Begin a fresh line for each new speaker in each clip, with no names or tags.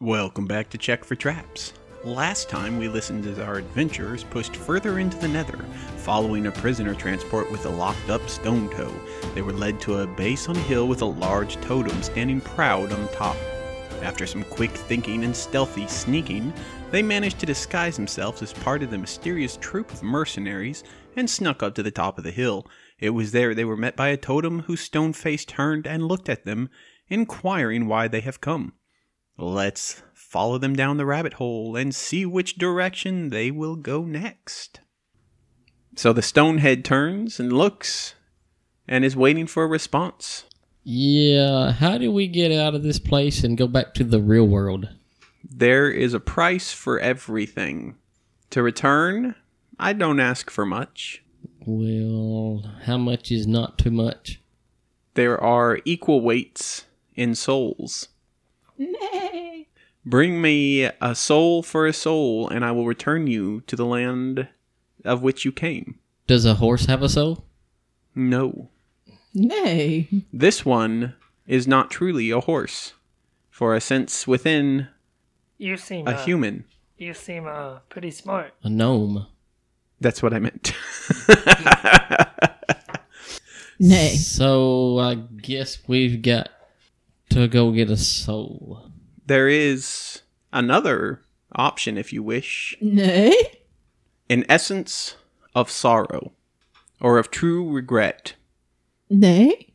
Welcome back to Check for Traps. Last time we listened as our adventurers pushed further into the nether, following a prisoner transport with a locked up stone toe. They were led to a base on a hill with a large totem standing proud on top. After some quick thinking and stealthy sneaking, they managed to disguise themselves as part of the mysterious troop of mercenaries and snuck up to the top of the hill. It was there they were met by a totem whose stone face turned and looked at them, inquiring why they have come. Let's follow them down the rabbit hole and see which direction they will go next. So the stonehead turns and looks and is waiting for a response.
Yeah, how do we get out of this place and go back to the real world?
There is a price for everything. To return, I don't ask for much.
Well, how much is not too much?
There are equal weights in souls. Bring me a soul for a soul, and I will return you to the land of which you came.
Does a horse have a soul?
No.
Nay.
This one is not truly a horse, for a sense within
You seem
a
uh,
human.
You seem uh, pretty smart.
A gnome.
That's what I meant.
Nay.
So I guess we've got to go get a soul.
there is another option if you wish
Nay.
an essence of sorrow or of true regret.
Nay.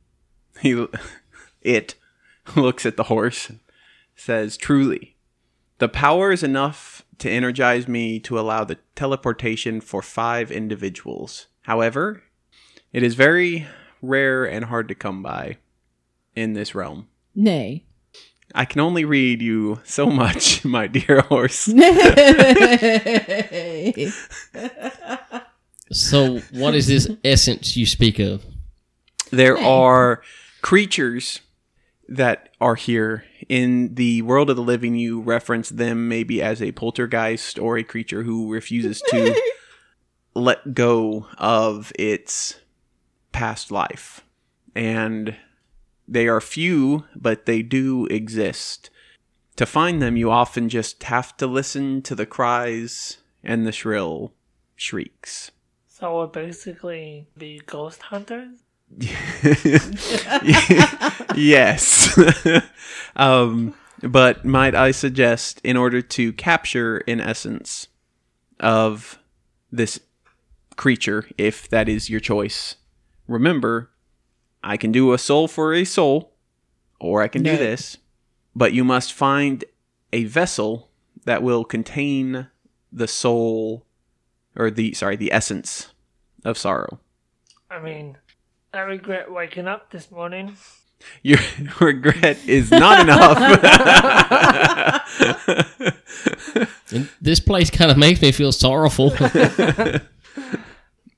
He, it looks at the horse and says, Truly, the power is enough to energize me to allow the teleportation for five individuals. However, it is very rare and hard to come by in this realm.
Nay.
I can only read you so much, my dear horse.
Nay.
So what is this essence you speak of?
There are creatures that are here in the world of the living. You reference them maybe as a poltergeist or a creature who refuses to let go of its past life. And they are few, but they do exist. To find them, you often just have to listen to the cries and the shrill shrieks.
So we're basically the ghost hunters.
yes. um, but might I suggest, in order to capture an essence of this creature, if that is your choice, remember, I can do a soul for a soul, or I can do
No.
this, but you must find a vessel that will contain the soul, or the, sorry, the essence of sorrow.
I mean, I regret waking up this morning.
Your regret is not enough.
And this place kind of makes me feel sorrowful.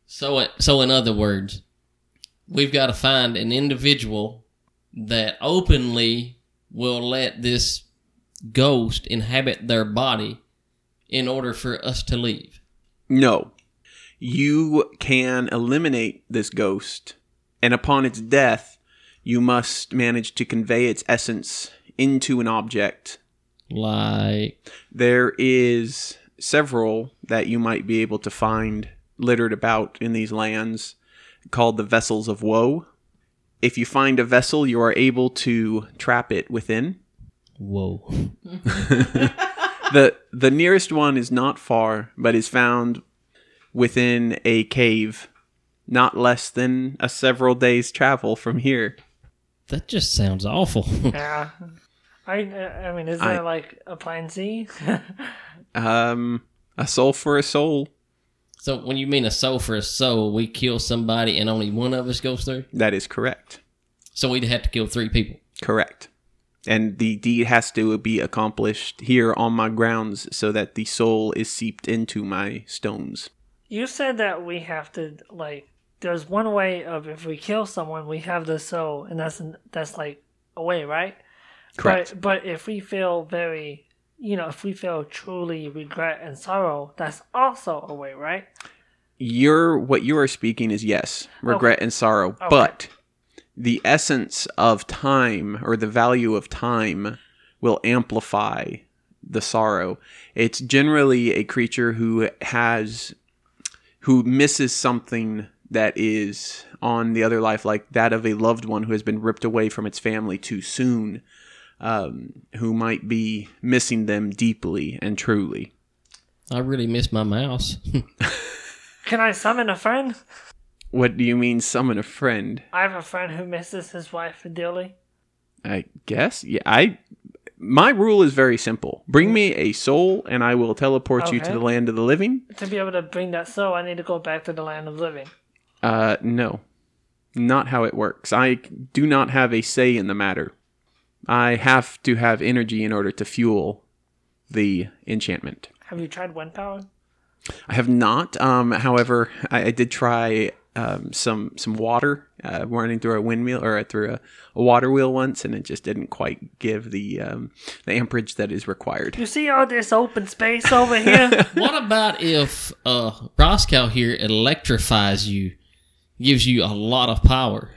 so, so in other words, we've got to find an individual that openly will let this ghost inhabit their body in order for us to leave.
no. You can eliminate this ghost, and upon its death, you must manage to convey its essence into an object.
Like,
There is several that you might be able to find littered about in these lands called the vessels of woe. If you find a vessel, you are able to trap it within.
whoa.
the the nearest one is not far, but is found within a cave, not less than a several days' travel from here.
That just sounds awful.
Yeah. I I mean, isn't
I-
it like a plan C?
Um, a soul for a soul.
so, when you mean a soul for a soul, we kill somebody and only one of us goes through?
That is correct.
So, we'd have to kill three people.
Correct. And the deed has to be accomplished here on my grounds, so that the soul is seeped into my stones.
you said that we have to like. There's one way of if we kill someone, we have the soul, and that's that's like a way, right?
Correct.
But, but if we feel very, you know, if we feel truly regret and sorrow, that's also a way, right?
Your what you are speaking is yes, regret and sorrow, but the essence of time or the value of time will amplify the sorrow. It's generally a creature who has who misses something that is on the other life, like that of a loved one who has been ripped away from its family too soon, um, who might be missing them deeply and truly.
I really miss my mouse.
Can I summon a friend?
What do you mean, summon a friend?
I have a friend who misses his wife dearly.
I guess. Yeah, I. My rule is very simple. Bring me a soul, and I will teleport you to
Okay.
the land of the living.
To be able to bring that soul, I need to go back to the land of living.
Uh, no, not how it works. I do not have a say in the matter. I have to have energy in order to fuel the enchantment.
Have you tried wind power?
I have not. Um, however, I, I did try um, some some water uh, running through a windmill or uh, through a, a water wheel once, and it just didn't quite give the um, the amperage that is required.
You see all this open space over here?
what about if uh, Roscoe here electrifies you, gives you a lot of power?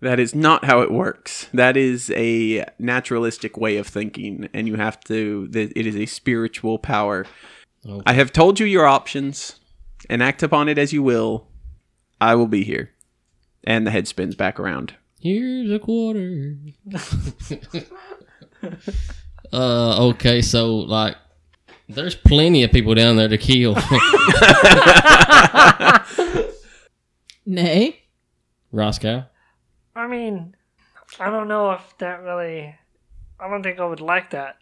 That is not how it works. That is a naturalistic way of thinking, and you have to. th- It is a spiritual power.
Okay.
I have told you your options, and act upon it as you will. I will be here. And the head spins back around.
Here's a quarter. uh, okay, so like, there's plenty of people down there to kill.
Nay.
Roscoe,
I mean, I don't know if that really. I don't think I would like that.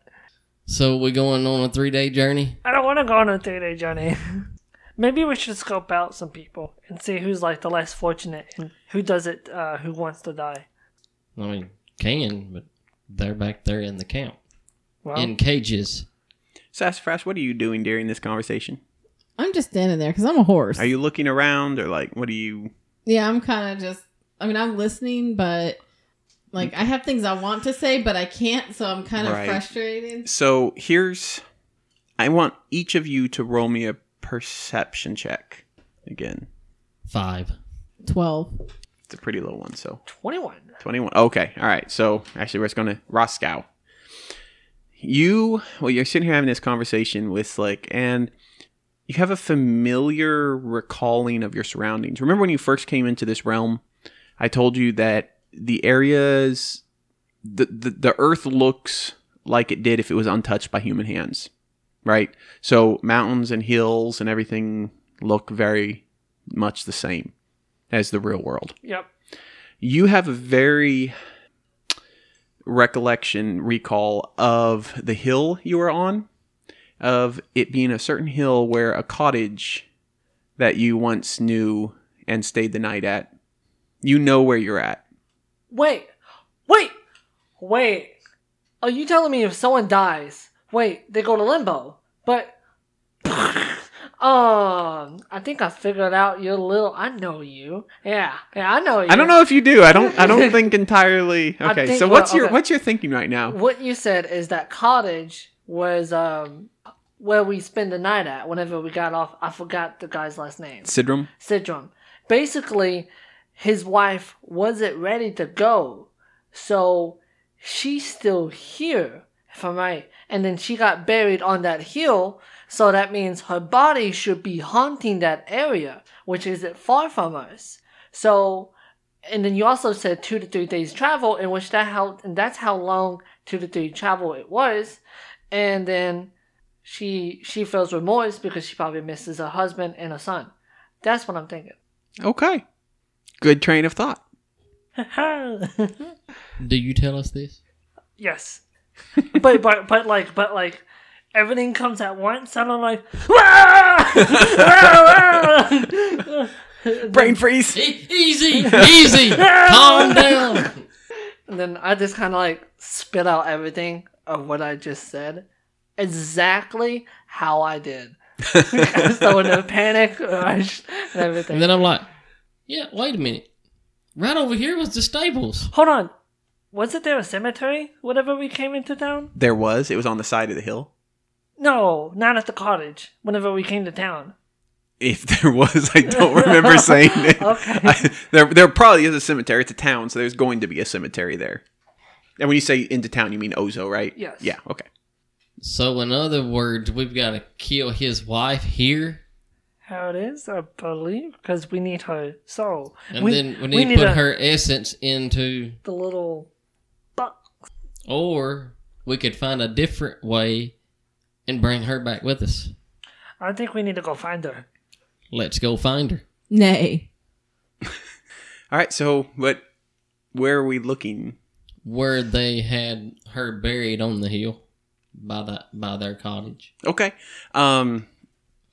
so we going on a three day journey?
I don't want to go on a three day journey. Maybe we should scope out some people and see who's like the less fortunate and who does it, uh, who wants to die.
I mean, can but they're back there in the camp
Well,
in cages.
Sassafras, what are you doing during this conversation?
I'm just standing there because I'm a horse.
Are you looking around, or like, what are you?
Yeah, I'm kind of just. I mean, I'm listening, but like I have things I want to say, but I can't, so I'm kind of
Right.
frustrated.
So here's. I want each of you to roll me a perception check again.
Five.
Twelve.
It's a pretty low one, so
21.
21. Okay. All right. So actually, we're just going to Roscow. You, well, you're sitting here having this conversation with like, and you have a familiar recalling of your surroundings. Remember when you first came into this realm? I told you that the areas, the, the, the earth looks like it did if it was untouched by human hands, right? So mountains and hills and everything look very much the same as the real world
Yep.
you have a very recollection recall of the hill you were on of it being a certain hill where a cottage that you once knew and stayed the night at you know where you're at
Wait, wait, wait. Are you telling me if someone dies, wait, they go to limbo? But, um, I think I figured out you're little. I know you. Yeah, yeah, I know you.
i don't know if you do i don't i don't think entirely
I
okay
think-
so what's
well,
your
okay.
what's your thinking right now
What you said is that cottage was um where we spend the night at. Whenever we got off, I forgot the guy's last name.
sidrum
Sidrum. Basically, his wife wasn't ready to go, so she's still here, if I'm right. And then she got buried on that hill, so that means her body should be haunting that area, which isn't far from us. So, and then you also said two to three days travel, in which that how and that's how long two to three travel it was, and then. She she feels remorse because she probably misses her husband and her son. That's what I'm thinking.
okay good train of thought
Do you tell us this?
yes. but but but like but like everything comes at once and I'm like "Wah! Wah! Wah!"
brain freeze
E- easy, easy. Calm down.
and then I just kinda like spit out everything of what I just said. Exactly how I did. I was so in a panic rush and everything.
And then I'm like, yeah, wait a minute. Right over here was the stables.
Hold on. Wasn't there a cemetery whenever we came into town?
there was it was on the side of the hill
No, not at the cottage. Whenever we came to town.
if there was i don't remember saying it
Okay.
I, there, there probably is a cemetery. It's a town, so there's going to be a cemetery there. And when you say into town, you mean Ozo, right?
Yes.
Yeah. Okay.
So, in other words, we've got to kill his wife here,
How it is, I believe, because we need her soul.
and then we need to put
a-
her essence into,
the little box.
or we could find a different way and bring her back with us.
I think we need to go find her.
Let's go find her.
Nay.
All right, so but where are we looking?
where they had her buried on the hill by that by their cottage.
Okay. Um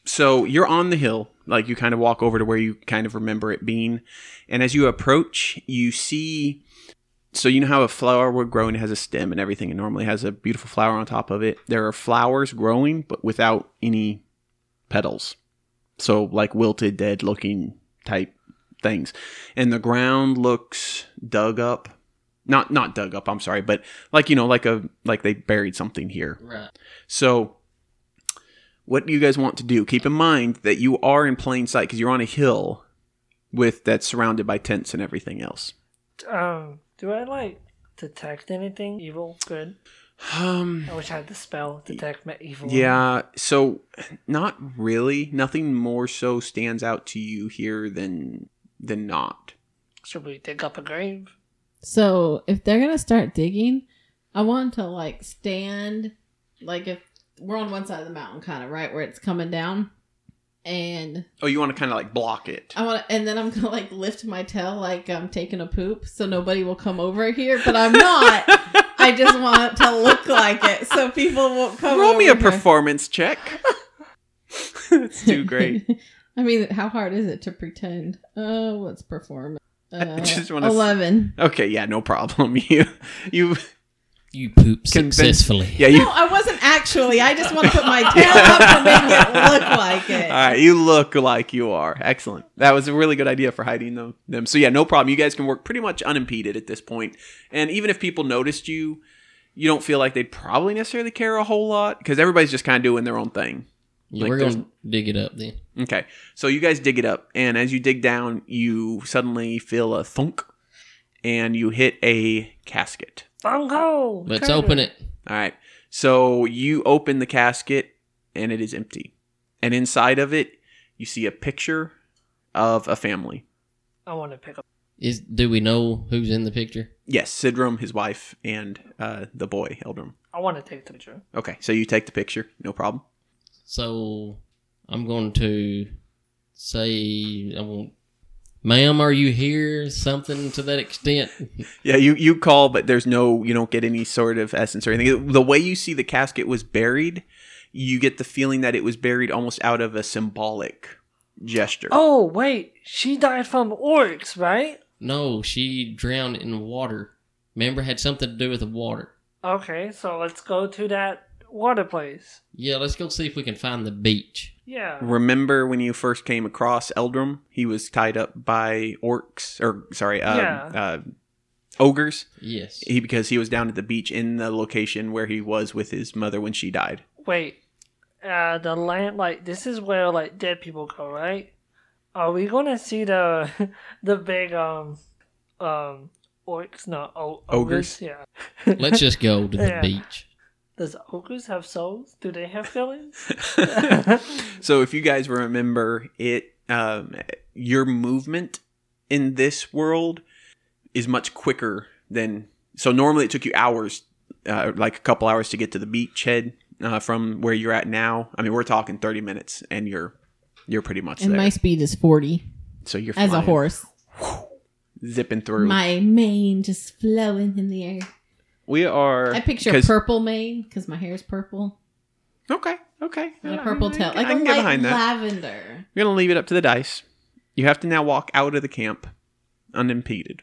so you're on the hill, like you kind of walk over to where you kind of remember it being. And as you approach, you see so you know how a flower would grow and it has a stem and everything and normally has a beautiful flower on top of it. There are flowers growing but without any petals. So like wilted dead looking type things. And the ground looks dug up. Not not dug up, I'm sorry, but like you know like a like they buried something here.
Right.
So, what do you guys want to do? Keep in mind that you are in plain sight because you're on a hill with that's surrounded by tents and everything else.
Um, do I like detect anything evil? Good.
Um,
I wish I had the spell detect ma- evil.
yeah. So, not really. Nothing more so stands out to you here than than not.
Should we dig up a grave?
So if they're gonna start digging, I want to like stand, like if we're on one side of the mountain, kind of right where it's coming down, and
Oh, you want to kind of like block it.
I want, to and then I'm gonna like lift my tail like I'm taking a poop, so nobody will come over here. But I'm not. I just want to look like it, so people won't come.
Roll
over
me a
here.
performance check. That's too great.
I mean, how hard is it to pretend? Uh, what's performance? Uh,
just wanna s-
eleven.
Okay, yeah, no problem. You, you,
You poop
Convince-
successfully.
yeah, you
No, I wasn't actually. I just want to put my tail up to make it look like it.
All right, you look like you are. Excellent. That was a really good idea for hiding them. them. So yeah, no problem. You guys can work pretty much unimpeded at this point. And even if people noticed you, you don't feel like they'd probably necessarily care a whole lot because everybody's just kind of doing their own thing.
Yeah,
Like
we're
there's-
gonna dig it up then.
Okay. So you guys dig it up, and as you dig down, you suddenly feel a thunk, and you hit a casket.
Bungo!
Let's open it.
All right. So you open the casket and it is empty. And inside of it, you see a picture of a family.
I want to pick up.
Is do we know who's in the picture?
Yes, Sidrum, his wife, and uh, the boy, Eldrum.
I want to take the picture.
Okay, so you take the picture, no problem.
So I'm going to say I won't Ma'am, are you here? Something to that extent.
Yeah, you, you call, but there's no, you don't get any sort of essence or anything. The way you see the casket was buried, you get the feeling that it was buried almost out of a symbolic gesture.
Oh, wait. She died from orcs, right?
No, she drowned in water. Remember, had something to do with the water.
Okay, so let's go to that water place.
Yeah, let's go see if we can find the beach.
Yeah.
Remember when you first came across Eldrum? He was tied up by orcs, or sorry, uh,
Yeah.
uh, ogres.
Yes.
He because he was down at the beach in the location where he was with his mother when she died.
Wait. Uh, the land, like, this is where, like, dead people go, right? Are we gonna see the, the big, um, um, orcs? No, o- ogres?
Ogres?
Yeah.
Let's just go to the
Yeah.
beach.
Does ogres have souls? Do they have feelings?
so if you guys remember it, um, your movement in this world is much quicker than. So normally it took you hours, uh, like a couple hours to get to the beachhead uh, from where you're at now. I mean, we're talking thirty minutes, and you're you're pretty much
And
there.
my speed is forty
so you're
as a
flying,
horse.
zipping through.
My mane just flowing in the air.
we are.
I picture
'cause-
purple mane because my hair's purple.
Okay. Okay.
And a
I-
purple
I-
tail,
I
like a
can get
light
behind that.
lavender.
We're going to leave it up to the dice. You have to now walk out of the camp unimpeded.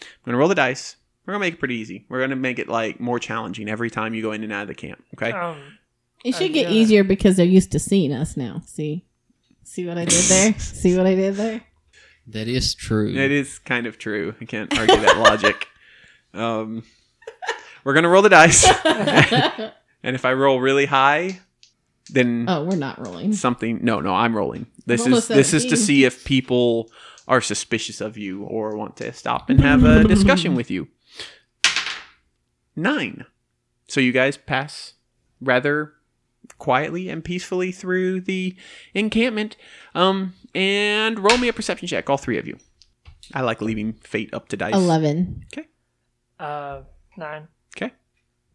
I'm going to roll the dice. We're going to make it pretty easy. We're going to make it like more challenging every time you go in and out of the camp, okay?
Um,
It
I
should get
got it.
easier because they're used to seeing us now. See, see what I did there. see what I did there.
That is true.
It is kind of true. I can't argue that logic. Um, we're going to roll the dice. and if I roll really high, then
Oh, we're not rolling.
something No, no, I'm rolling. This
Roll a
is this is to
17.
see if people are suspicious of you or want to stop and have a discussion with you. Nine. So you guys pass rather quietly and peacefully through the encampment. Um, and roll me a perception check, all three of you. I like leaving fate up to dice.
11.
Uh, nine.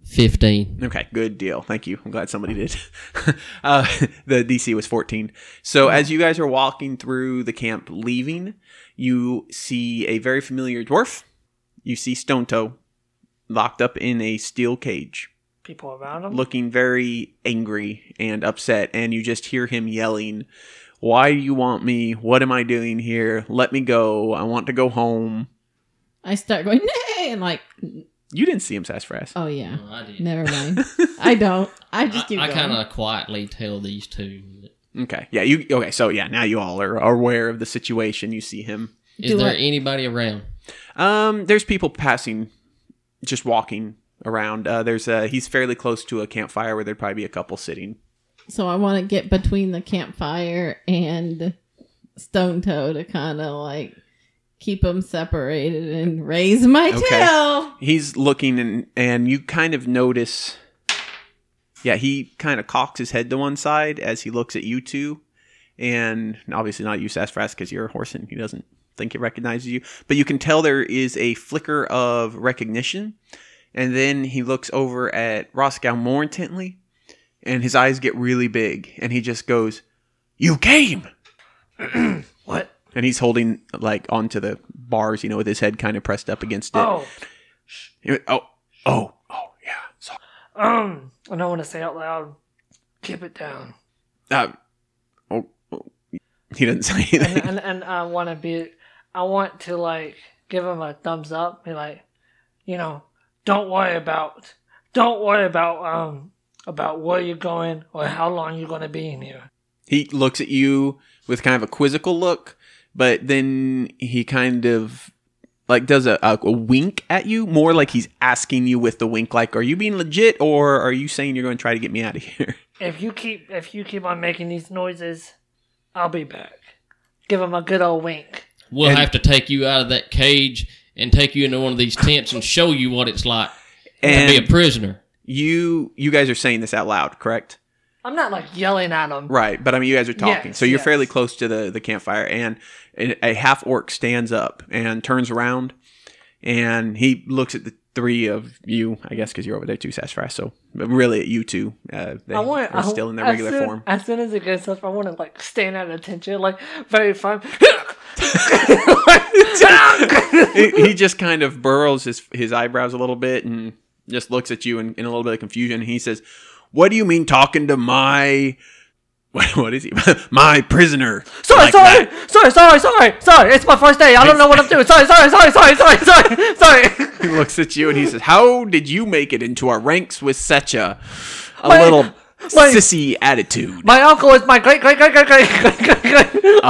Fifteen.
Okay, good deal. Thank you. I'm glad somebody did. uh, the DC was 14. So as you guys are walking through the camp, leaving, you see a very familiar dwarf. You see Stone Toe locked up in a steel cage.
People around him.
looking very angry and upset, and you just hear him yelling, Why do you want me? What am I doing here? Let me go. I want to go home.
I start going, nay, and like,
You didn't see him, Sassafras.
oh yeah.
No, I did.
Never mind. I don't. I just
I,
keep
I
going.
kind of quietly tell these two. that-
Okay. Yeah, you okay, so yeah, now you all are aware of the situation. You see him.
Is
Do
there e-,
I-
anybody around?
Um, there's people passing just walking around. Uh there's uh he's fairly close to a campfire where there'd probably be a couple sitting.
So I want to get between the campfire and Stone Toe to kind of like keep them separated and raise my
Okay.
tail.
he's looking and and you kind of notice yeah he kind of cocks his head to one side as he looks at you two and obviously not you sassafras because you're a horse and he doesn't think it recognizes you but you can tell there is a flicker of recognition and then he looks over at roscoe more intently and his eyes get really big and he just goes you came
What?
and he's holding like onto the bars you know with his head kind of pressed up against it
Oh,
He went, oh oh oh yeah sorry
um, I don't want to say out loud. Keep it down.
Uh, oh, oh, he didn't say
and,
anything.
and, and I want to be, I want to like give him a thumbs up. Be like, you know, don't worry about, don't worry about um about where you're going or how long you're gonna be in here.
he looks at you with kind of a quizzical look, but then he kind of like does a, a, a wink at you, more like he's asking you with the wink, like, "Are you being legit, or are you saying you're going to try to get me out of here?"
If you keep, if you keep on making these noises, I'll be back. Give him a good old wink.
We'll
And-
have to take you out of that cage and take you into one of these tents and show you what it's like to be a
And
prisoner.
you you guys are saying this out loud, correct?
I'm not like yelling at him.
Right, but I mean, you guys are talking,
Yes,
so you're
yes.
fairly close to the the campfire, and a a half orc stands up and turns around, and he looks at the three of you, I guess, because you're over there too, Sassafras. So, but really, at you two, uh, they
I want.
are
I,
still in their
as
regular
soon-
form.
As soon as it gets up, I want to like stand at attention, like very fun. Like,
he, he just kind of burrows his his eyebrows a little bit and just looks at you in, in a little bit of confusion. And he says, "What do you mean talking to my what, what is he? my prisoner?
Sorry,
like
sorry,
that?"
sorry, sorry, sorry, sorry. It's my first day. I don't know what I'm doing. Sorry, sorry, sorry, sorry, sorry, sorry, sorry.
He looks at you and he says, "How did you make it into our ranks with such a a
My-
little
my-
sissy attitude?"
My uncle is my great, great, great, great, great, great, great, great.
Uh-huh.
Uh,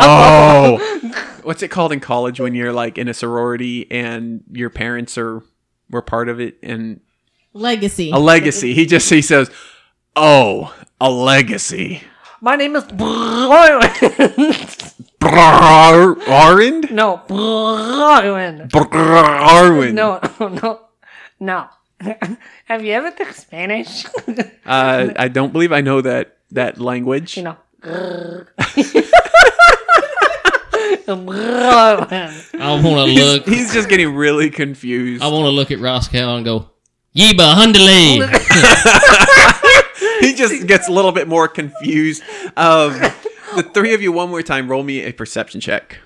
oh, what's it called in college when you're like in a sorority and your parents are were part of it and
Legacy.
a legacy? He just he says, "Oh, a legacy."
My name is Bryan.
Arwind?
no, Bryan.
Arwind.
No, no, no. Have you ever took Spanish?
Uh, I don't believe I know that that language.
you know. Bryan.
I want to
He's,
look.
he's just getting really confused.
I want to look at Roscoe and go, "Yeba Hundley."
he just gets a little bit more confused. Um, the three of you, one more time, roll me a perception check.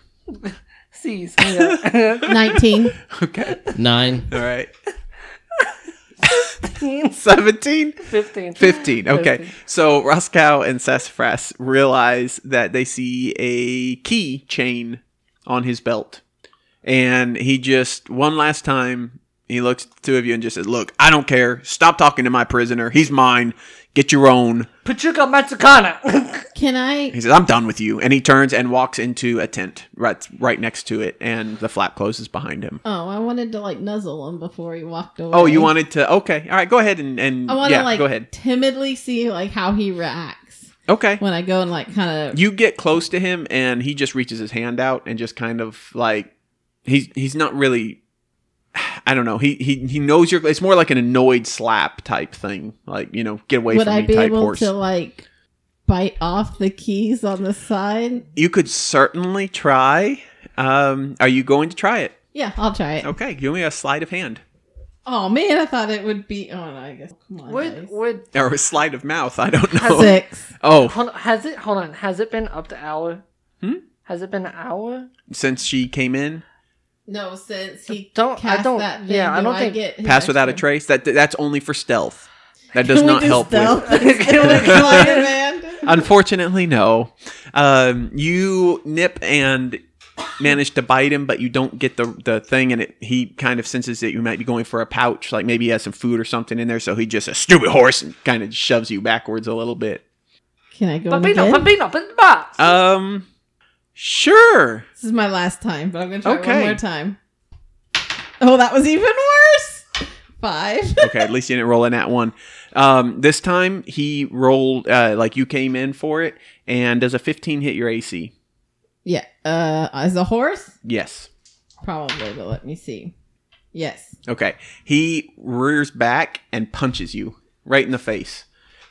Cease. Yeah.
19.
Okay.
Nine.
All right. 17?
Fifteen.
15. Okay.
Fifteen.
So Roscoe and Sassafras realize that they see a key chain on his belt. And he just, one last time, he looks at the two of you and just says, Look, I don't care. Stop talking to my prisoner. He's mine. Get your own.
Pachuca Mexicana.
Can I?
He says, "I'm done with you," and he turns and walks into a tent right right next to it, and the flap closes behind him.
Oh, I wanted to like nuzzle him before he walked away.
Oh, you wanted to? Okay, all right, go ahead and and
I want to
yeah,
like
go ahead.
timidly see like how he reacts
Okay,
when I go and like kind of.
you get close to him, and he just reaches his hand out and just kind of like he's he's not really I don't know. He he he knows you're. It's more like an annoyed slap type thing. Like you know, get away
Would
from
I
me
be
type
able
horse.
to like bite off the keys on the side?
you could certainly try. Um, are you going to try it?
Yeah, I'll try it.
Okay, give me a sleight of hand
Oh man, I thought it would be. Oh, no, I guess. Come on,
Would
guys.
would
or a sleight of mouth. I don't
Has
know.
six.
Oh,
hold, has it? Hold on. Has it been up to hour?
Hmm?
Has it been an hour?
since she came in,
No, since he
Don't- I
cast
don't-
that thing,
yeah, I
do
don't think-
get his
pass without a
extra-
trace. That that's only for stealth. That does
Can we
not
do
help with.
stealth instead of
Can we-
Spider-Man?
Unfortunately, no. Um, you nip and manage to bite him, but you don't get the the thing, and it, he kind of senses that you might be going for a pouch, like maybe he has some food or something in there. So he just a stupid horse and kind of shoves you backwards a little bit.
Can I go in
Papino,
again?
papino, papino.
Um, sure.
This is my last time, but I'm gonna try it
Okay.
one more time. Oh, that was even worse. Five.
Okay, at least you didn't roll in that one. Um, this time he rolled uh, like you came in for it, and does a fifteen hit your AC?
yeah. Uh, as a horse,
Yes.
probably. But let me see. Yes.
Okay. He rears back and punches you right in the face.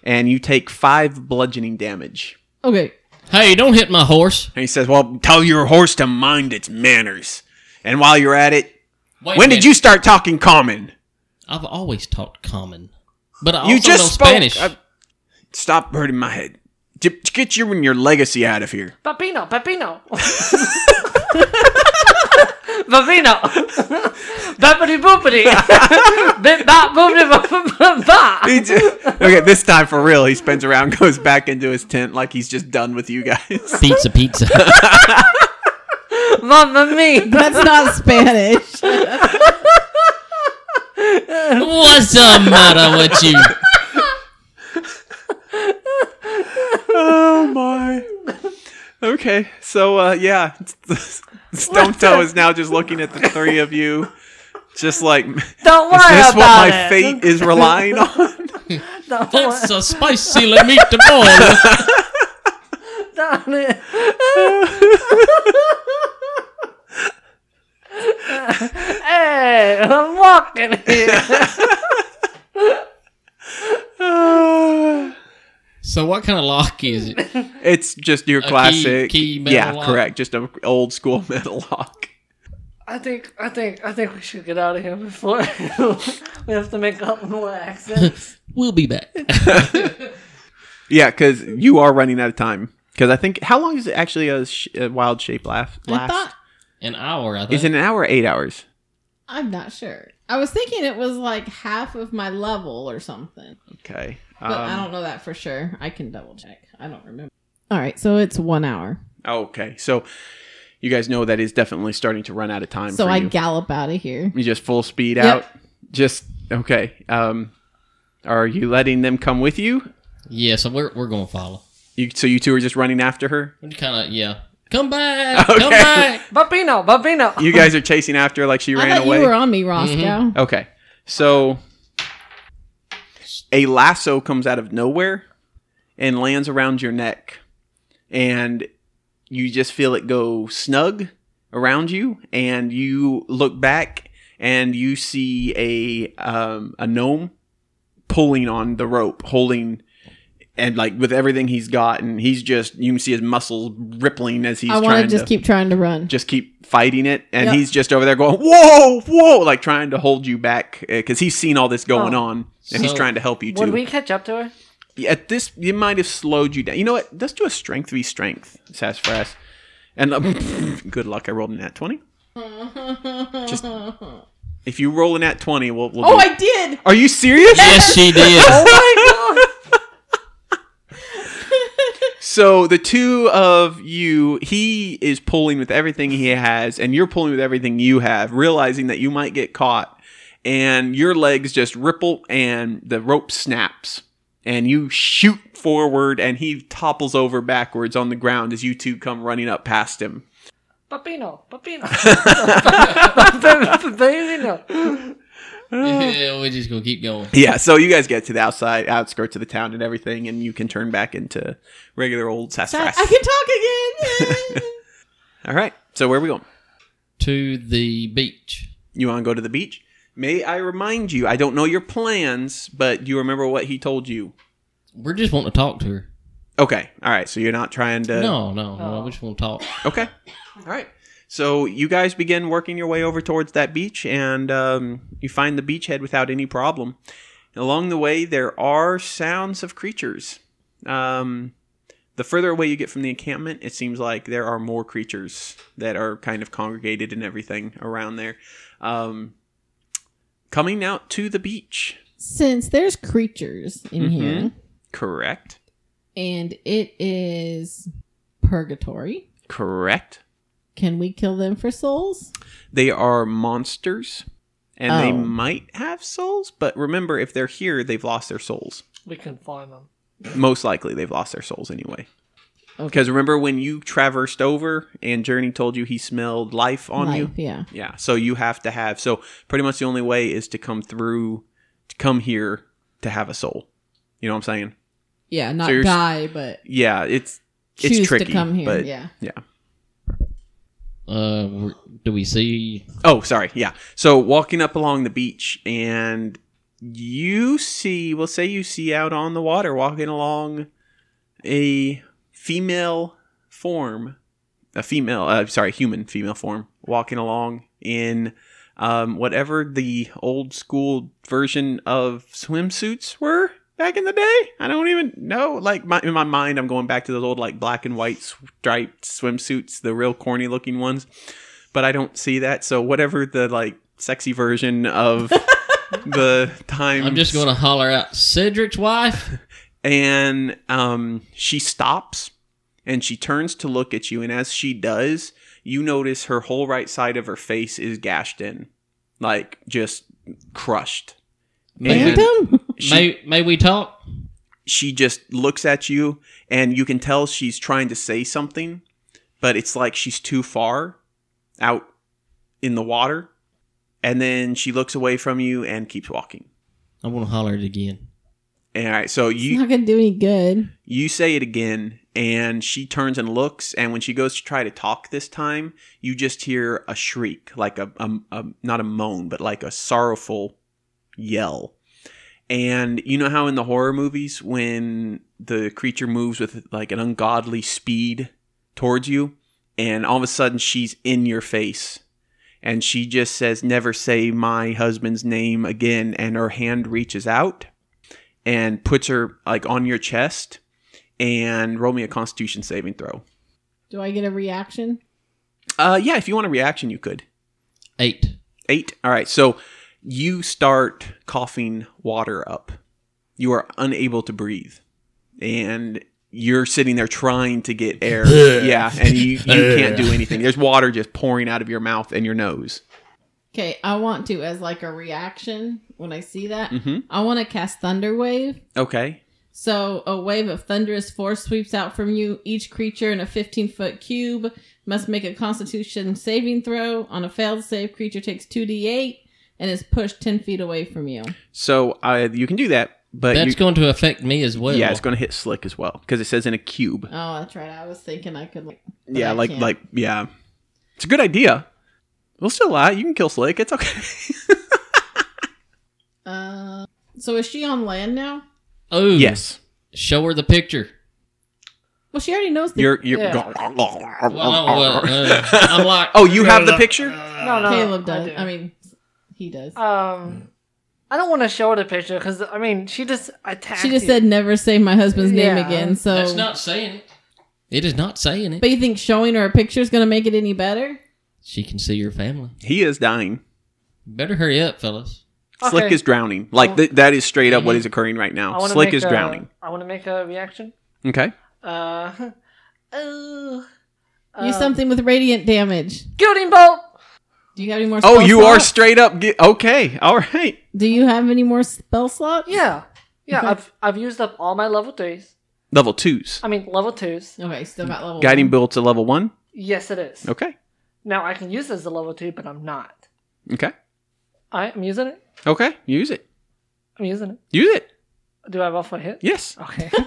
And you take five bludgeoning damage.
Okay.
Hey, don't hit my horse.
And he says, Well, tell your horse to mind its manners. And while you're at it,
Wait a
when did
minute.
you start talking common?
I've always talked common, but I also
you just
know
spoke. uh,
Spanish.
I- stop hurting my head. J- Get you and your legacy out of here.
Papino, Papino. Papino. Bappity boopity. Bit bop boopity bop, bop bop.
He j- okay, this time for real, he spins around, goes back into his tent like he's just done with you guys.
pizza, pizza.
Mamma mia.
That's not Spanish.
What's the matter with you?
oh my. Okay, so uh, yeah, Stone Toe is now just looking at the three of you, just like is
Don't worry
this what
about
my
it.
fate is relying on?
Don't
That's a spicy let meet the ball.
worry. hey, I'm walking here.
So what kind of lock is it?
it's just your
key-
classic,
key metal
yeah,
lock.
correct, just an old school metal lock.
I think, I think, I think we should get out of here before we have to make up more accents.
We'll be back.
Yeah, because you are running out of time. Because I think how long is it actually a, sh- a wild shape laugh
I
last?
thought.
An hour, I think.
is it an hour, or eight hours?
I'm not sure. I was thinking it was like half of my level or something,
Okay,
but I
Um.
don't know that for sure. I can double check. I don't remember. All right, so it's one hour.
Okay, so you guys know that is definitely starting to run out of time.
So
for
I
you.
gallop out of here.
You just full speed
Yep.
out. Just okay. Um, are you letting them come with you?
yeah, so we're, we're going to follow.
You so you two are just running after her.
We're kind of, yeah. Come back.
Okay.
Come back.
Bambino, Bambino.
You guys are chasing after her like she
I
ran
thought
away. Mm-hmm.
you were on me, Roscoe.
okay, so a lasso comes out of nowhere and lands around your neck, and you just feel it go snug around you, and you look back and you see a um, a gnome pulling on the rope, holding. And like with everything he's got, and he's just you can see his muscles rippling as he's
I want
trying
to just
to
keep trying to run.
just keep fighting it and
Yep.
he's just over there going whoa whoa like trying to hold you back because he's seen all this going
Oh.
on and he's
So-
trying to help you too
Would we catch up to her?
at this you might have slowed you down you know what let's do a strength v strength sassafras and um, good luck i rolled an at 20 just-
oh,
if you roll an at 20 we'll, we'll do-
I did.
are you serious
Yes, she did.
Oh my god!
So the two of you, he is pulling with everything he has, and you're pulling with everything you have, realizing that you might get caught, and your legs just ripple, and the rope snaps, and you shoot forward, and he topples over backwards on the ground as you two come running up past him.
Papino, Papino, Papino.
yeah, we're just going to keep going.
Yeah, so you guys get to the outside outskirts of the town and everything, and you can turn back into regular old
I,
sassafras.
I can talk again.
All right, so where are we going?
To the beach.
You want to go to the beach? May I remind you, I don't know your plans, but do you remember what he told you?
We're just wanting to talk to her.
Okay. All right. So you're not trying to.
no, no, no. We just want to talk.
Okay. All right. So you guys begin working your way over towards that beach, and um, you find the beachhead without any problem. Along the way, there are sounds of creatures. Um, the further away you get from the encampment, it seems like there are more creatures that are kind of congregated and everything around there. Um, coming out to the beach,
Since there's creatures in
Mhm.
here,
correct?
and it is purgatory,
Correct.
can we kill them for souls?
They are monsters, and they
Oh.
might have souls, but remember, if they're here, they've lost their souls.
We can find them.
Most likely, they've lost their souls anyway. Because remember when you traversed over and Journey told you he smelled life on you?
Life, Yeah.
Yeah, so you have to have. So, pretty much the only way is to come through, to come here to have a soul. You know what I'm saying?
Yeah, not
you're s-
die, but
Yeah, it's
choose
it's tricky.
to come here.
but
yeah.
yeah.
Uh, we're- do we see?
Oh, sorry. Yeah. So walking up along the beach, and you see, well, say you see out on the water walking along a female form, a female, uh, sorry, human female form walking along in um, whatever the old school version of swimsuits were back in the day. I don't even know. Like my, in my mind, I'm going back to those old like black and white striped swimsuits, the real corny looking ones but I don't see that. So whatever the like sexy version of the time,
I'm just going to holler out Cedric's wife.
And um, she stops and she turns to look at you, and as she does, you notice her whole right side of her face is gashed in, like just crushed.
May,
And
we,
Phantom?
she-
may, may we talk?
she just looks at you and you can tell she's trying to say something but it's like she's too far out in the water and then she looks away from you and keeps walking
I want to holler it again.
all right so
It's
you
not gonna do any good.
you say it again and she turns and looks and when she goes to try to talk this time you just hear a shriek like a, a, a not a moan but like a sorrowful yell and you know how in the horror movies when the creature moves with like an ungodly speed towards you and all of a sudden she's in your face and she just says never say my husband's name again and her hand reaches out and puts her like on your chest and roll me a constitution saving throw
Do I get a reaction?
uh yeah if you want a reaction you could
Eight.
Eight. All right. So you start coughing water up. You are unable to breathe. And you're sitting there trying to get air. yeah. And you, you can't do anything. There's water just pouring out of your mouth and your nose.
Okay, I want to as like a reaction when I see that.
Mm-hmm.
I want to cast Thunder Wave.
Okay.
So a wave of thunderous force sweeps out from you. Each creature in a 15 foot cube must make a Constitution saving throw. On a failed save, creature takes 2d8 and is pushed 10 feet away from you.
So uh, you can do that. But
That's
you,
going to affect me as well.
yeah, it's going to hit slick as well because it says in a cube.
Oh, that's right. I was thinking I could like. but
yeah.
I
Like,
can't.
like, yeah. It's a good idea. We'll still lie. You can kill slick. It's okay.
Uh, so is she on land now?
Oh
yes.
Show her the picture.
Well, she already knows the.
You're, you're
Yeah.
going.
Well, well, uh, I'm like,
Um, Oh, you have the picture?
No, no.
Caleb does.
Oh, do.
I, mean, he does.
Um, I don't want to show the picture because I mean, she just attacked.
she just
you.
said never say my husband's name
Yeah.
again. So,
that's not saying it. It is not saying it.
but you think showing her a picture is going to make it any better?
She can see your family.
He is dying.
Better hurry up, fellas.
Slick
Okay.
is drowning. Like th- that is straight up what is occurring right
I
now.
wanna
Slick
make
is
a-
drowning.
I want to make a reaction.
Okay.
Uh, oh,
Use something with radiant damage.
Guilty bolt.
Do you have any more?
Oh,
spell
you are
slots?
straight up. Ge- okay. All right.
Do you have any more spell slots?
Yeah, yeah.
Okay.
I've I've used up all my level threes.
Level twos.
I mean level twos.
Okay, still got
Oh.
level.
Guiding
one.
build to level one.
Yes, it is.
Okay.
Now I can use this as a level two, but I'm not.
Okay.
I, I'm using it.
Okay. Use it.
I'm using it.
Use it.
Do I roll for a hit?
Yes.
Okay.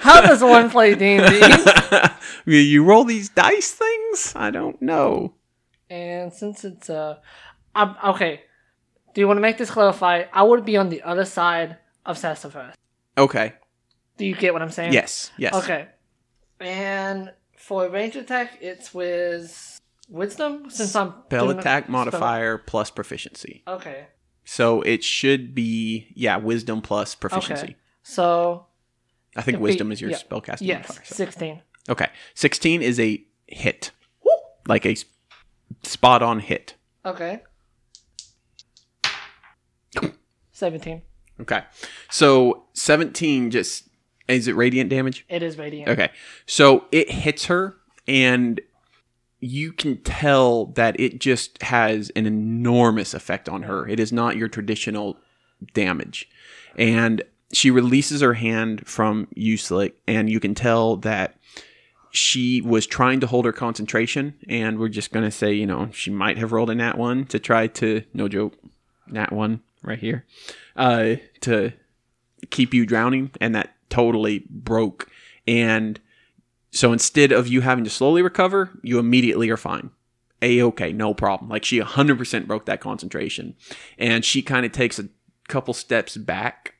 How does one play D and D?
You- you roll these dice things? I don't know.
And since it's uh, Um, okay. Do you want to make this clarify? I would be on the other side of Sassafras.
Okay.
Do you get what I'm saying?
Yes. Yes.
Okay. And for range attack, it's with wisdom since I'm
Spell
doing-
attack
spell-
modifier plus proficiency.
Okay.
So it should be yeah, wisdom plus proficiency.
Okay. So
I think
It'd be-
wisdom is your
yeah.
spellcasting
yes,
modifier. so-
sixteen.
Okay. 16 is a hit. Like a spot on hit.
Okay. Seventeen.
Okay. So 17 just is it radiant damage?
It is radiant.
Okay. So it hits her and you can tell that it just has an enormous effect on her. It is not your traditional damage. And she releases her hand from Uslik and you can tell that she was trying to hold her concentration and we're just going to say, you know, she might have rolled a nat 1 to try to no joke, nat 1 right here. Uh to keep you drowning and that totally broke and so instead of you having to slowly recover you immediately are fine a okay no problem like she 100% broke that concentration and she kind of takes a couple steps back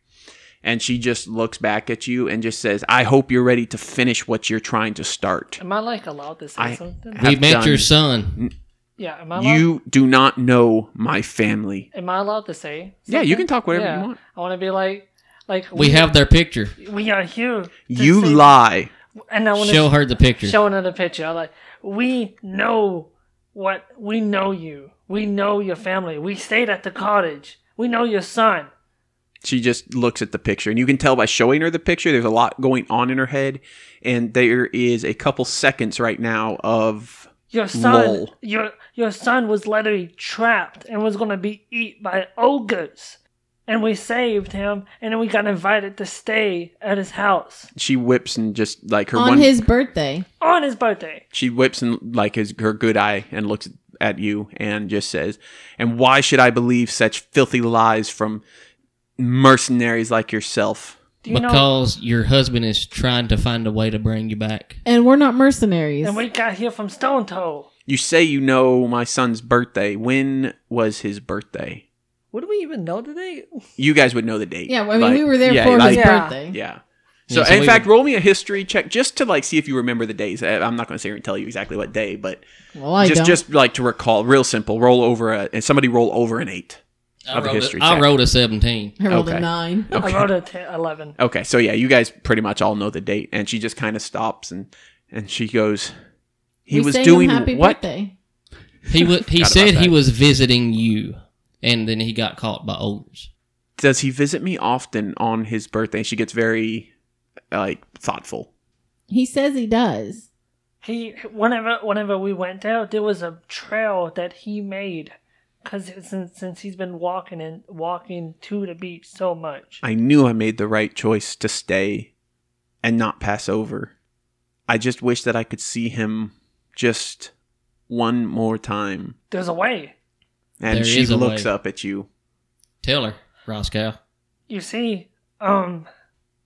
and she just looks back at you and just says i hope you're ready to finish what you're trying to start
Am I like allowed to say
I-
something?
Have
We met
done.
your son.
yeah. Am I allowed?
you do not know my family
Am I allowed to say?
yeah you
something?
can talk whatever
Yeah.
you want
I want to be like, like
We have their picture.
we are here. to
you
save-
lie
and I want to
Show her the picture.
show another picture. I'm like, we know what we know you. We know your family. We stayed at the cottage. We know your son.
she just looks at the picture and you can tell by showing her the picture there's a lot going on in her head and there is a couple seconds right now of
Your son.
Lol.
Your your son was literally trapped and was gonna be eat by ogres. And we saved him, and then we got invited to stay at his house
she whips and just like her
on
one
his birthday.
on his birthday.
she whips and like his her good eye and looks at you and just says and why should i believe such filthy lies from mercenaries like yourself
Do you know?
because your husband is trying to find a way to bring you back.
And we're not mercenaries.
And we got here from Stone Toe.
you say you know my son's birthday when was his birthday
What do we even know today?
you guys would know the date
yeah, well, I mean,
Like,
we were there
yeah,
for
like-
his
Yeah.
birthday.
Yeah.
Yeah,
So,
so
in
we
fact, roll me a history check just to like see if you remember the days. I- I'm not going to sit here and tell you exactly what day, but
Well, I
just
don't.
just like to recall, real simple. Roll over a, and somebody roll over an eight.
I
Of a
rolled,
history
a, I
check.
rolled a 17.
I rolled
okay.
a nine.
I wrote a t- eleven.
Okay, so yeah, you guys pretty much all know the date, and she just kind of stops and and she goes, "He
we
was
sang
doing
him happy
what?
birthday.
He wa he
Forgot
said
about
he
that.
was visiting you, and then he got caught by ogres.
Does he visit me often on his birthday?" She gets very uh, like thoughtful.
He says he does.
He whenever whenever we went out, there was a trail that he made, cause since since he's been walking and walking to the beach so much.
I knew I made the right choice to stay and not pass over. I just wish that I could see him just one more time.
There's a way.
And
There
she
is a
looks
way.
up at you.
Tell her, Roscoe.
You see, um,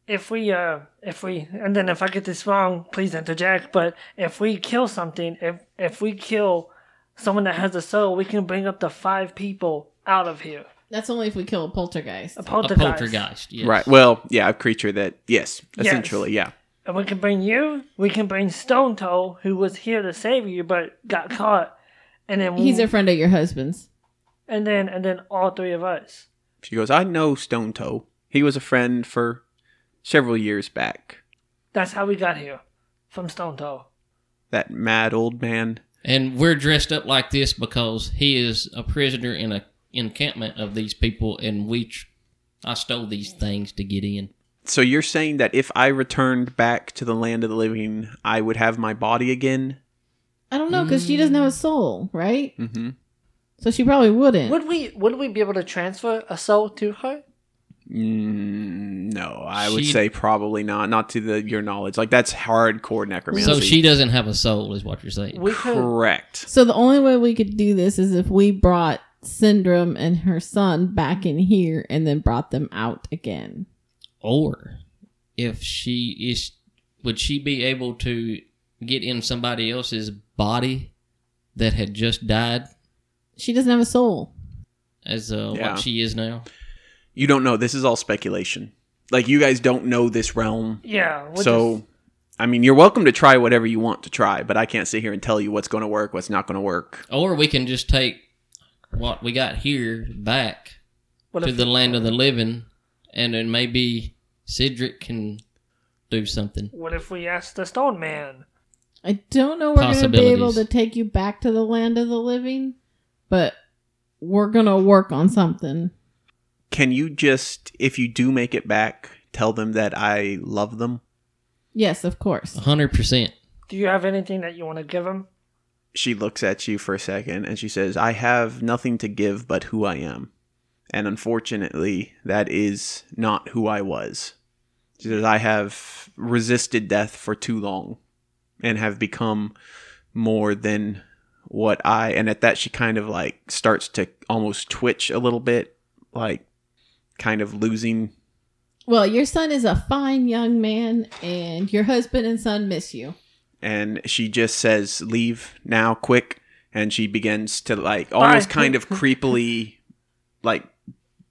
if we uh if we and then if I get this wrong, please interject. But if we kill something, if if we kill someone that has a soul, we can bring up the five people out of here.
That's only if we kill a poltergeist.
A
A
poltergeist.
poltergeist. Yes.
Right. Well, yeah, a creature that, yes,
Yes.
essentially, yeah.
And we can bring you. We can bring Stone Toe, who was here to save you but got caught. And then
He's a friend of your husband's.
and then and then all three of us.
She goes, I know Stone Toe. He was a friend for several years back.
That's how we got here from Stone Toe.
That mad old man.
And we're dressed up like this because he is a prisoner in a encampment of these people, and we. Tr- I stole these things to get in.
So you're saying that if I returned back to the land of the living, I would have my body again?
I don't know because she doesn't
Mm.
have a soul, right?
Mm hmm.
So she probably wouldn't.
Would we would we be able to transfer a soul to her?
Mm, no, I would
She-
say probably not. Not to the your knowledge. Like that's hardcore necromancy.
So she doesn't have a soul, is what you're saying.
We could
correct.
So the only way we could do this is if we brought Syndrome and her son back in here and then brought them out again.
Or if she is, would she be able to get in somebody else's body that had just died?
She doesn't have a soul.
as uh,
Yeah.
what she is now.
You don't know. This is all speculation. Like you guys don't know this realm.
Yeah. we're
so
just-
I mean, you're welcome to try whatever you want to try, but I can't sit here and tell you what's going to work, what's not going to work.
Or we can just take what we got here back
what
to
if-
the land of the living, and then maybe Cedric can do something.
What if we ask the Stone Man?
I don't know we're going to be
Possibilities.
able to take you back to the land of the living, but we're going to work on something.
Can you just, if you do make it back, tell them that I love them?
Yes, of course.
hundred percent.
Do you have anything that you want to give him?
She looks at you for a second and she says, I have nothing to give but who I am. And unfortunately, that is not who I was. She says, I have resisted death for too long and have become more than what I. And at that, she kind of like starts to almost twitch a little bit, like kind of losing.
Well, your son is a fine young man, and your husband and son miss you.
And she just says, Leave now, quick. And she begins to like
Bye.
almost kind of creepily like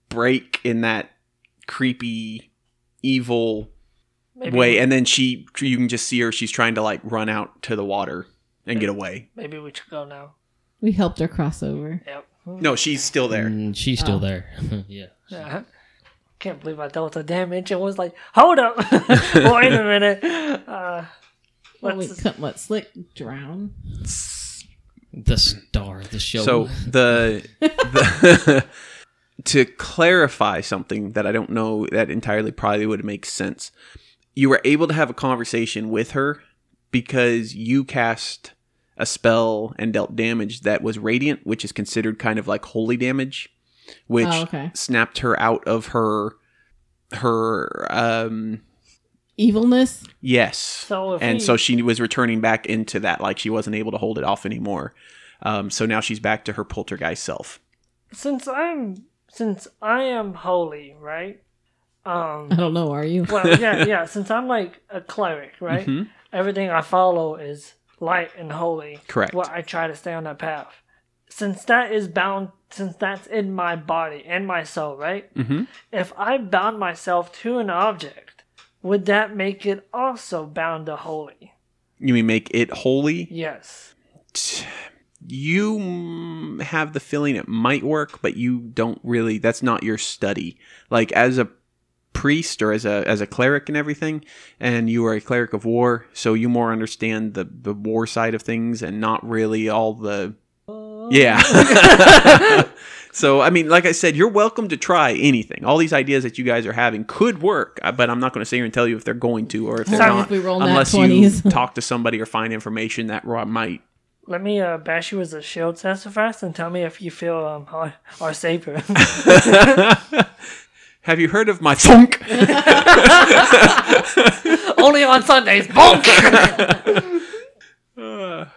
break in that creepy, evil
Maybe,
way and then she you can just see her she's trying to like run out to the water and get away
Maybe we should go now.
We helped her cross over.
Yep.
no she's still there
Mm, she's still
Oh.
there. yeah.
Yeah. Can't believe I dealt the damage. It was like, hold up, wait a minute. Uh,
Well, we
let's
couldn't let Slick drown.
The star of the show.
so the, the to clarify something that i don't know that entirely probably would make sense you were able to have a conversation with her because you cast a spell and dealt damage that was radiant which is considered kind of like holy damage which
oh, okay.
snapped her out of her her um
Evilness.
yes
So if
and
we,
so she was returning back into that like she wasn't able to hold it off anymore um, so now she's back to her poltergeist self
since I'm since I am holy, right?
I
Um.
don't know. Are you?
Well, yeah, yeah. Since I'm like a cleric, right?
Mhm.
Everything I follow is light and holy.
Correct.
Well, I try to stay on that path. Since that is bound, since that's in my body and my soul, right?
Mhm.
If I bound myself to an object, would that make it also bound to holy?
you mean make it holy
Yes.
you mm, have the feeling it might work but you don't really that's not your study like as a priest or as a as a cleric and everything and you are a cleric of war so you more understand the the war side of things and not really all the yeah so i mean like i said you're welcome to try anything all these ideas that you guys are having could work uh, but i'm not going to sit here and tell you if they're going to or if they're
Sorry
not
if we roll nat
unless
20s.
you talk to somebody or find information that ro- might
Let me uh, bash you as a shield sacrifice and tell me if you feel um, our, our savior.
have you heard of my funk
Only on Sundays. Bonk!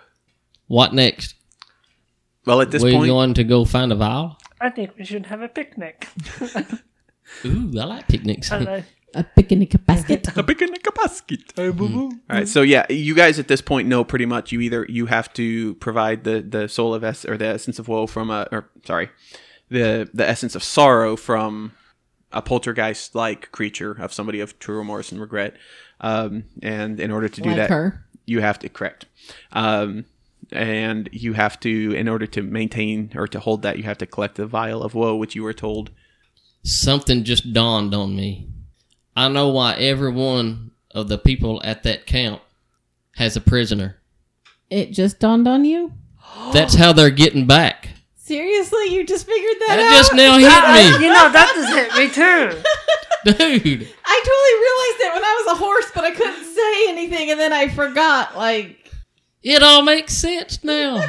what next?
well at this
We're
point
going to go find a vial.
I think we should have a picnic.
Ooh, I like picnics.
I like-
A picnic basket.
a picnic basket.
Mm-hmm.
All right, so Mm-hmm. yeah, you guys at this point know pretty much. You either you have to provide the the soul of es or the essence of woe from a or sorry, the the essence of sorrow from a poltergeist like creature of somebody of true remorse and regret. Um, and in order to do
like
that,
her.
you have to correct. Um, and you have to in order to maintain or to hold that, you have to collect the vial of woe, which you were told.
Something just dawned on me. I know why every one of the people at that camp has a prisoner.
It just dawned on you.
That's how they're getting back.
Seriously, you just figured that,
That
out.
just now
I-
hit
you know, that just hit me too.
me, dude.
I totally realized it when I was a horse, but I couldn't say anything, and then I forgot. Like,
It all makes sense now.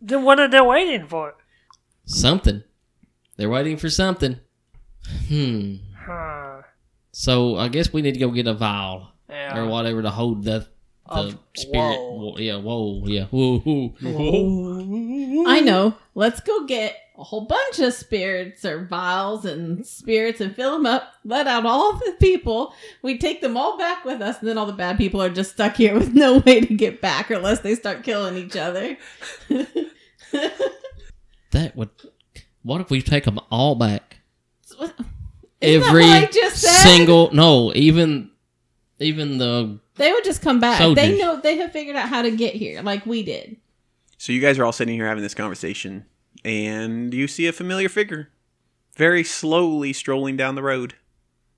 Then what are they waiting for?
Something. They're waiting for something. Hmm.
Huh.
So I guess we need to go get a vial
Yeah.
or whatever to hold the the
Of-
spirit.
whoa.
Whoa. Yeah. Whoa. Yeah. Whoa. whoa.
I know. Let's go get a whole bunch of spirits or vials and spirits and fill them up. Let out all the people. We take them all back with us, and then all the bad people are just stuck here with no way to get back unless they start killing each other.
That would. What if we take them all back?
Isn't that
Every
what I just said?
single. No, even even the
They would just come back. They
Soldiers.
know they have figured out how to get here, like we did.
So you guys are all sitting here having this conversation, and you see a familiar figure very slowly strolling down the road.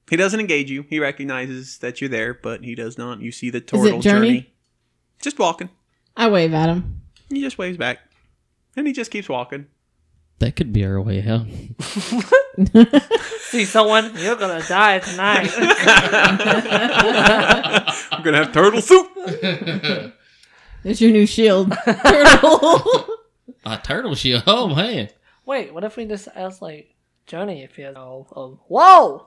He doesn't engage you. He recognizes that you're there, but he does not. You see the turtle
Journey?
journey. Just walking.
I wave at him.
He just waves back. And he just keeps walking.
that could be our way out.
See someone, you're gonna die tonight.
We're going to have turtle soup.
It's your new shield, turtle.
A turtle shell. Oh man,
Wait, what if we just ask like Johnny if he has? Oh, oh, whoa!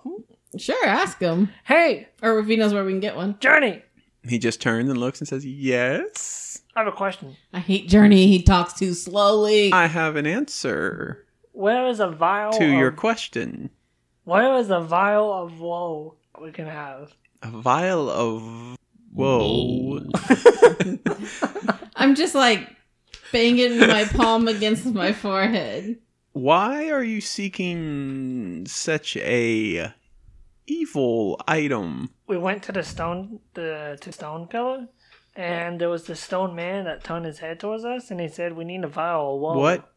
sure, ask him,
Hey,
or if he knows where we can get one.
Johnny,
He just turns and looks and says, Yes,
I have a question.
I hate Journey. He talks too slowly.
I have an answer
Where is a vial
to
of,
your question.
Where is a vial of woe we can have?
A vial of. Whoa.
I'm just like banging my palm against my forehead.
Why are you seeking such a evil item?
We went to the stone, the to stone pillar, and there was this stone man that turned his head towards us, and he said we need a vial of woe.
What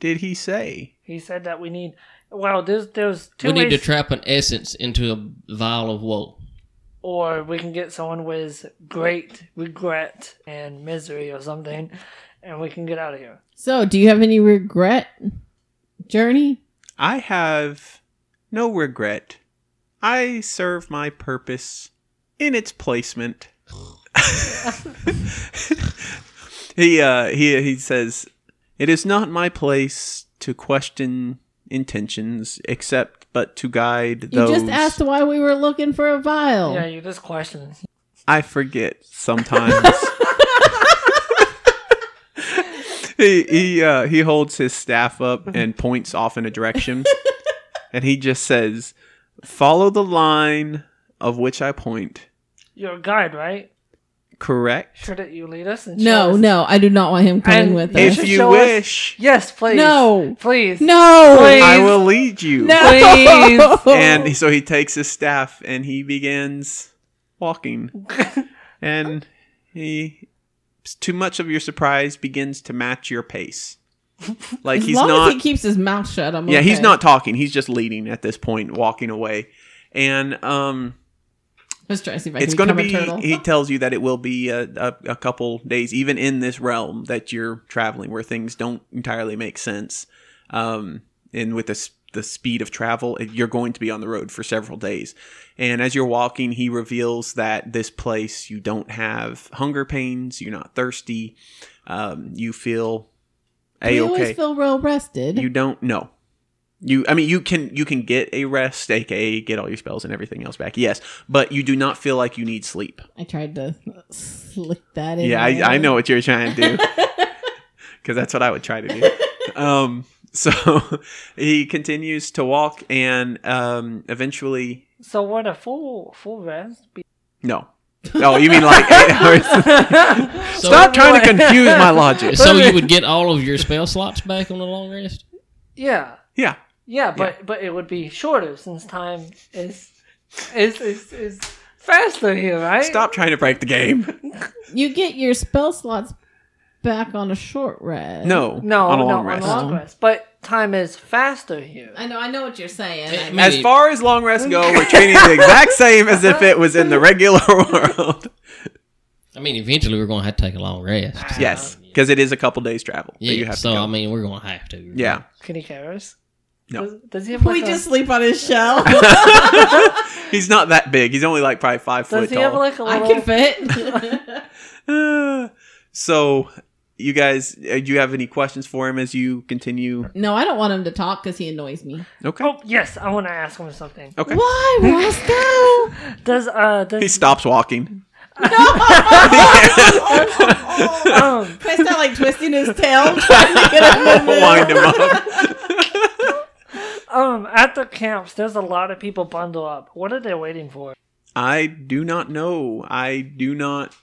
did he say?
He said that we need. Well, there's there's two
we need
ways,
to trap an essence into a vial of wool.
or we can get someone with great regret and misery or something, and we can get out of here.
So, do you have any regret, Journey?
I have no regret. I serve my purpose in its placement. he uh, he he says, "It is not my place to question intentions, except but to guide
You
those."
just asked why we were looking for a vial.
Yeah, you just question.
I forget sometimes. he he uh, he holds his staff
Mm-hmm.
up and points off in a direction, and he just says, "Follow the line of which I point."
You're a guide, right?
Correct.
Sure that you lead us. And show
No,
us-
no, I do not want him coming
And
with
You
us.
If
should
you
show us-
wish,
Yes, please.
No.
please.
no,
Please.
I will lead you.
no.
Please.
And so he takes his staff and he begins walking, and he, to much of your surprise, begins to match your pace. Like
as
he's
long
not
as he keeps his mouth shut, I'm
Yeah, he's
okay.
not talking. He's just leading at this point, walking away. And um,
Let's try to see if I
it's
can
going to
become
be,
a turtle.
he tells you that it will be a, a, a couple days, even in this realm that you're traveling, where things don't entirely make sense. Um, and with the, s- the speed of travel, it- you're going to be on the road for several days. And as you're walking, he reveals that this place, you don't have hunger pains, you're not thirsty, um, you feel
we
a okay
always feel well rested.
you don't know you i mean you can you can get a rest aka get all your spells and everything else back yes but you do not feel like you need sleep
I tried to slick that in.
yeah
there.
I, I know what you're trying to do because that's what i would try to do um so he continues to walk and um eventually
So what a full full rest. Be-
no oh you mean like eight hours
So,
stop trying to confuse my logic
so you would get all of your spell slots back on the long rest.
yeah,
yeah
yeah, but but it would be shorter since time is is is, is faster here, right?
stop trying to break the game
You get your spell slots back on a short rest.
no
No,
on a
no,
long
on a
rest
long rest. But time is faster here.
I know. I know what you're saying.
It
I-
means-
As far as long rests go, we're treating it the exact same as if it was in the regular world.
I mean, eventually we're going to have to take a long rest.
Yes, because it is a couple days travel. that
Um, Yeah.
you have
so
to go.
I mean, we're going to have to.
yeah,
Can he carry us?
No.
Does, does he have
Can
like
we
a,
just sleep on his shell?
he's not that big. He's only like probably five
Does
foot
he have
tall.
like a
I
little?
can fit.
Ah. so, you guys, uh, do you have any questions for him as you continue?
no, I don't want him to talk because he annoys me.
Okay.
Oh yes, I want to ask him something.
Okay.
Why, Roscoe?
Does uh
Oh. He
does
stops walking.
um
I start like twisting his tail, trying to get him to move.
Wind him up.
um at the camps there's a lot of people bundle up. What are they waiting for?
I do not know. I do not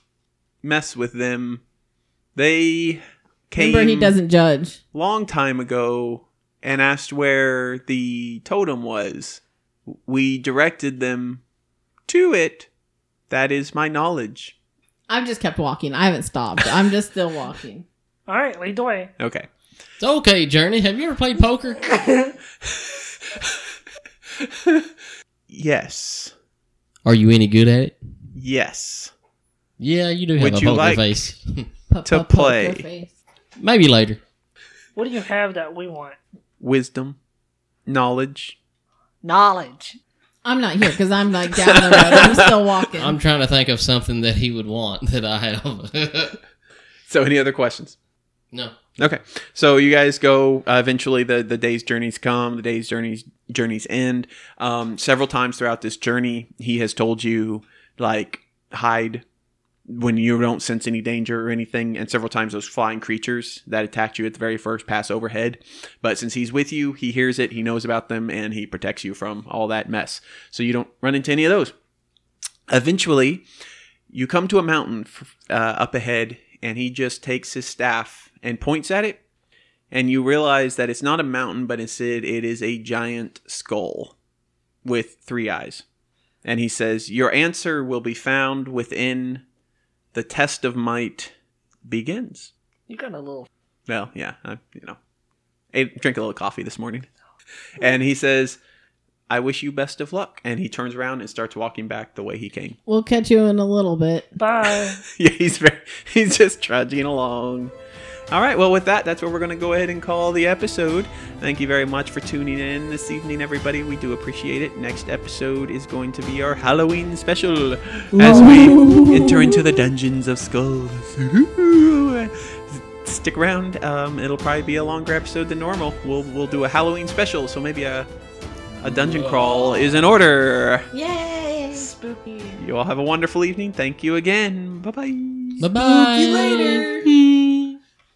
mess with them. They came
Remember, he doesn't judge.
long time ago and asked where the totem was. We directed them to it. That is my knowledge.
I've just kept walking. I haven't stopped. I'm just still walking.
All right, lead the way.
Okay.
It's okay, Journey. Have you ever played poker?
Yes.
Are you any good at it?
Yes.
Yeah, you do have
Would
a
you
poker
like-
face.
To play.
Maybe later.
What do you have that we want?
Wisdom. Knowledge.
Knowledge.
I'm not here because I'm like down the road. I'm still walking.
I'm trying to think of something that he would want that I have.
So, any other questions?
no.
Okay. So you guys go uh, eventually the the day's journeys come, the day's journeys journeys end. Um several times throughout this journey, he has told you like hide when you don't sense any danger or anything and several times those flying creatures that attacked you at the very first pass overhead. But since he's with you, he hears it, he knows about them and he protects you from all that mess. So you don't run into any of those. Eventually, you come to a mountain f- uh, up ahead, and he just takes his staff and points at it, and you realize that it's not a mountain, but instead it is a giant skull with three eyes. And he says, Your answer will be found within the test of might begins.
You got a little.
Well, yeah, I, you know, ate, drink a little coffee this morning. And he says, I wish you best of luck. And he turns around and starts walking back the way he came.
we'll catch you in a little bit.
Bye.
yeah, he's very, he's just trudging along. All right, well, with that, that's where we're going to go ahead and call the episode. Thank you very much for tuning in this evening, everybody. We do appreciate it. Next episode is going to be our Halloween special as we enter into the dungeons of skulls. Stick around; um, it'll probably be a longer episode than normal. We'll we'll do a Halloween special, so maybe a a dungeon crawl is in order.
Yay!
Spooky.
You all have a wonderful evening. Thank you again. Bye bye.
Bye bye.
later.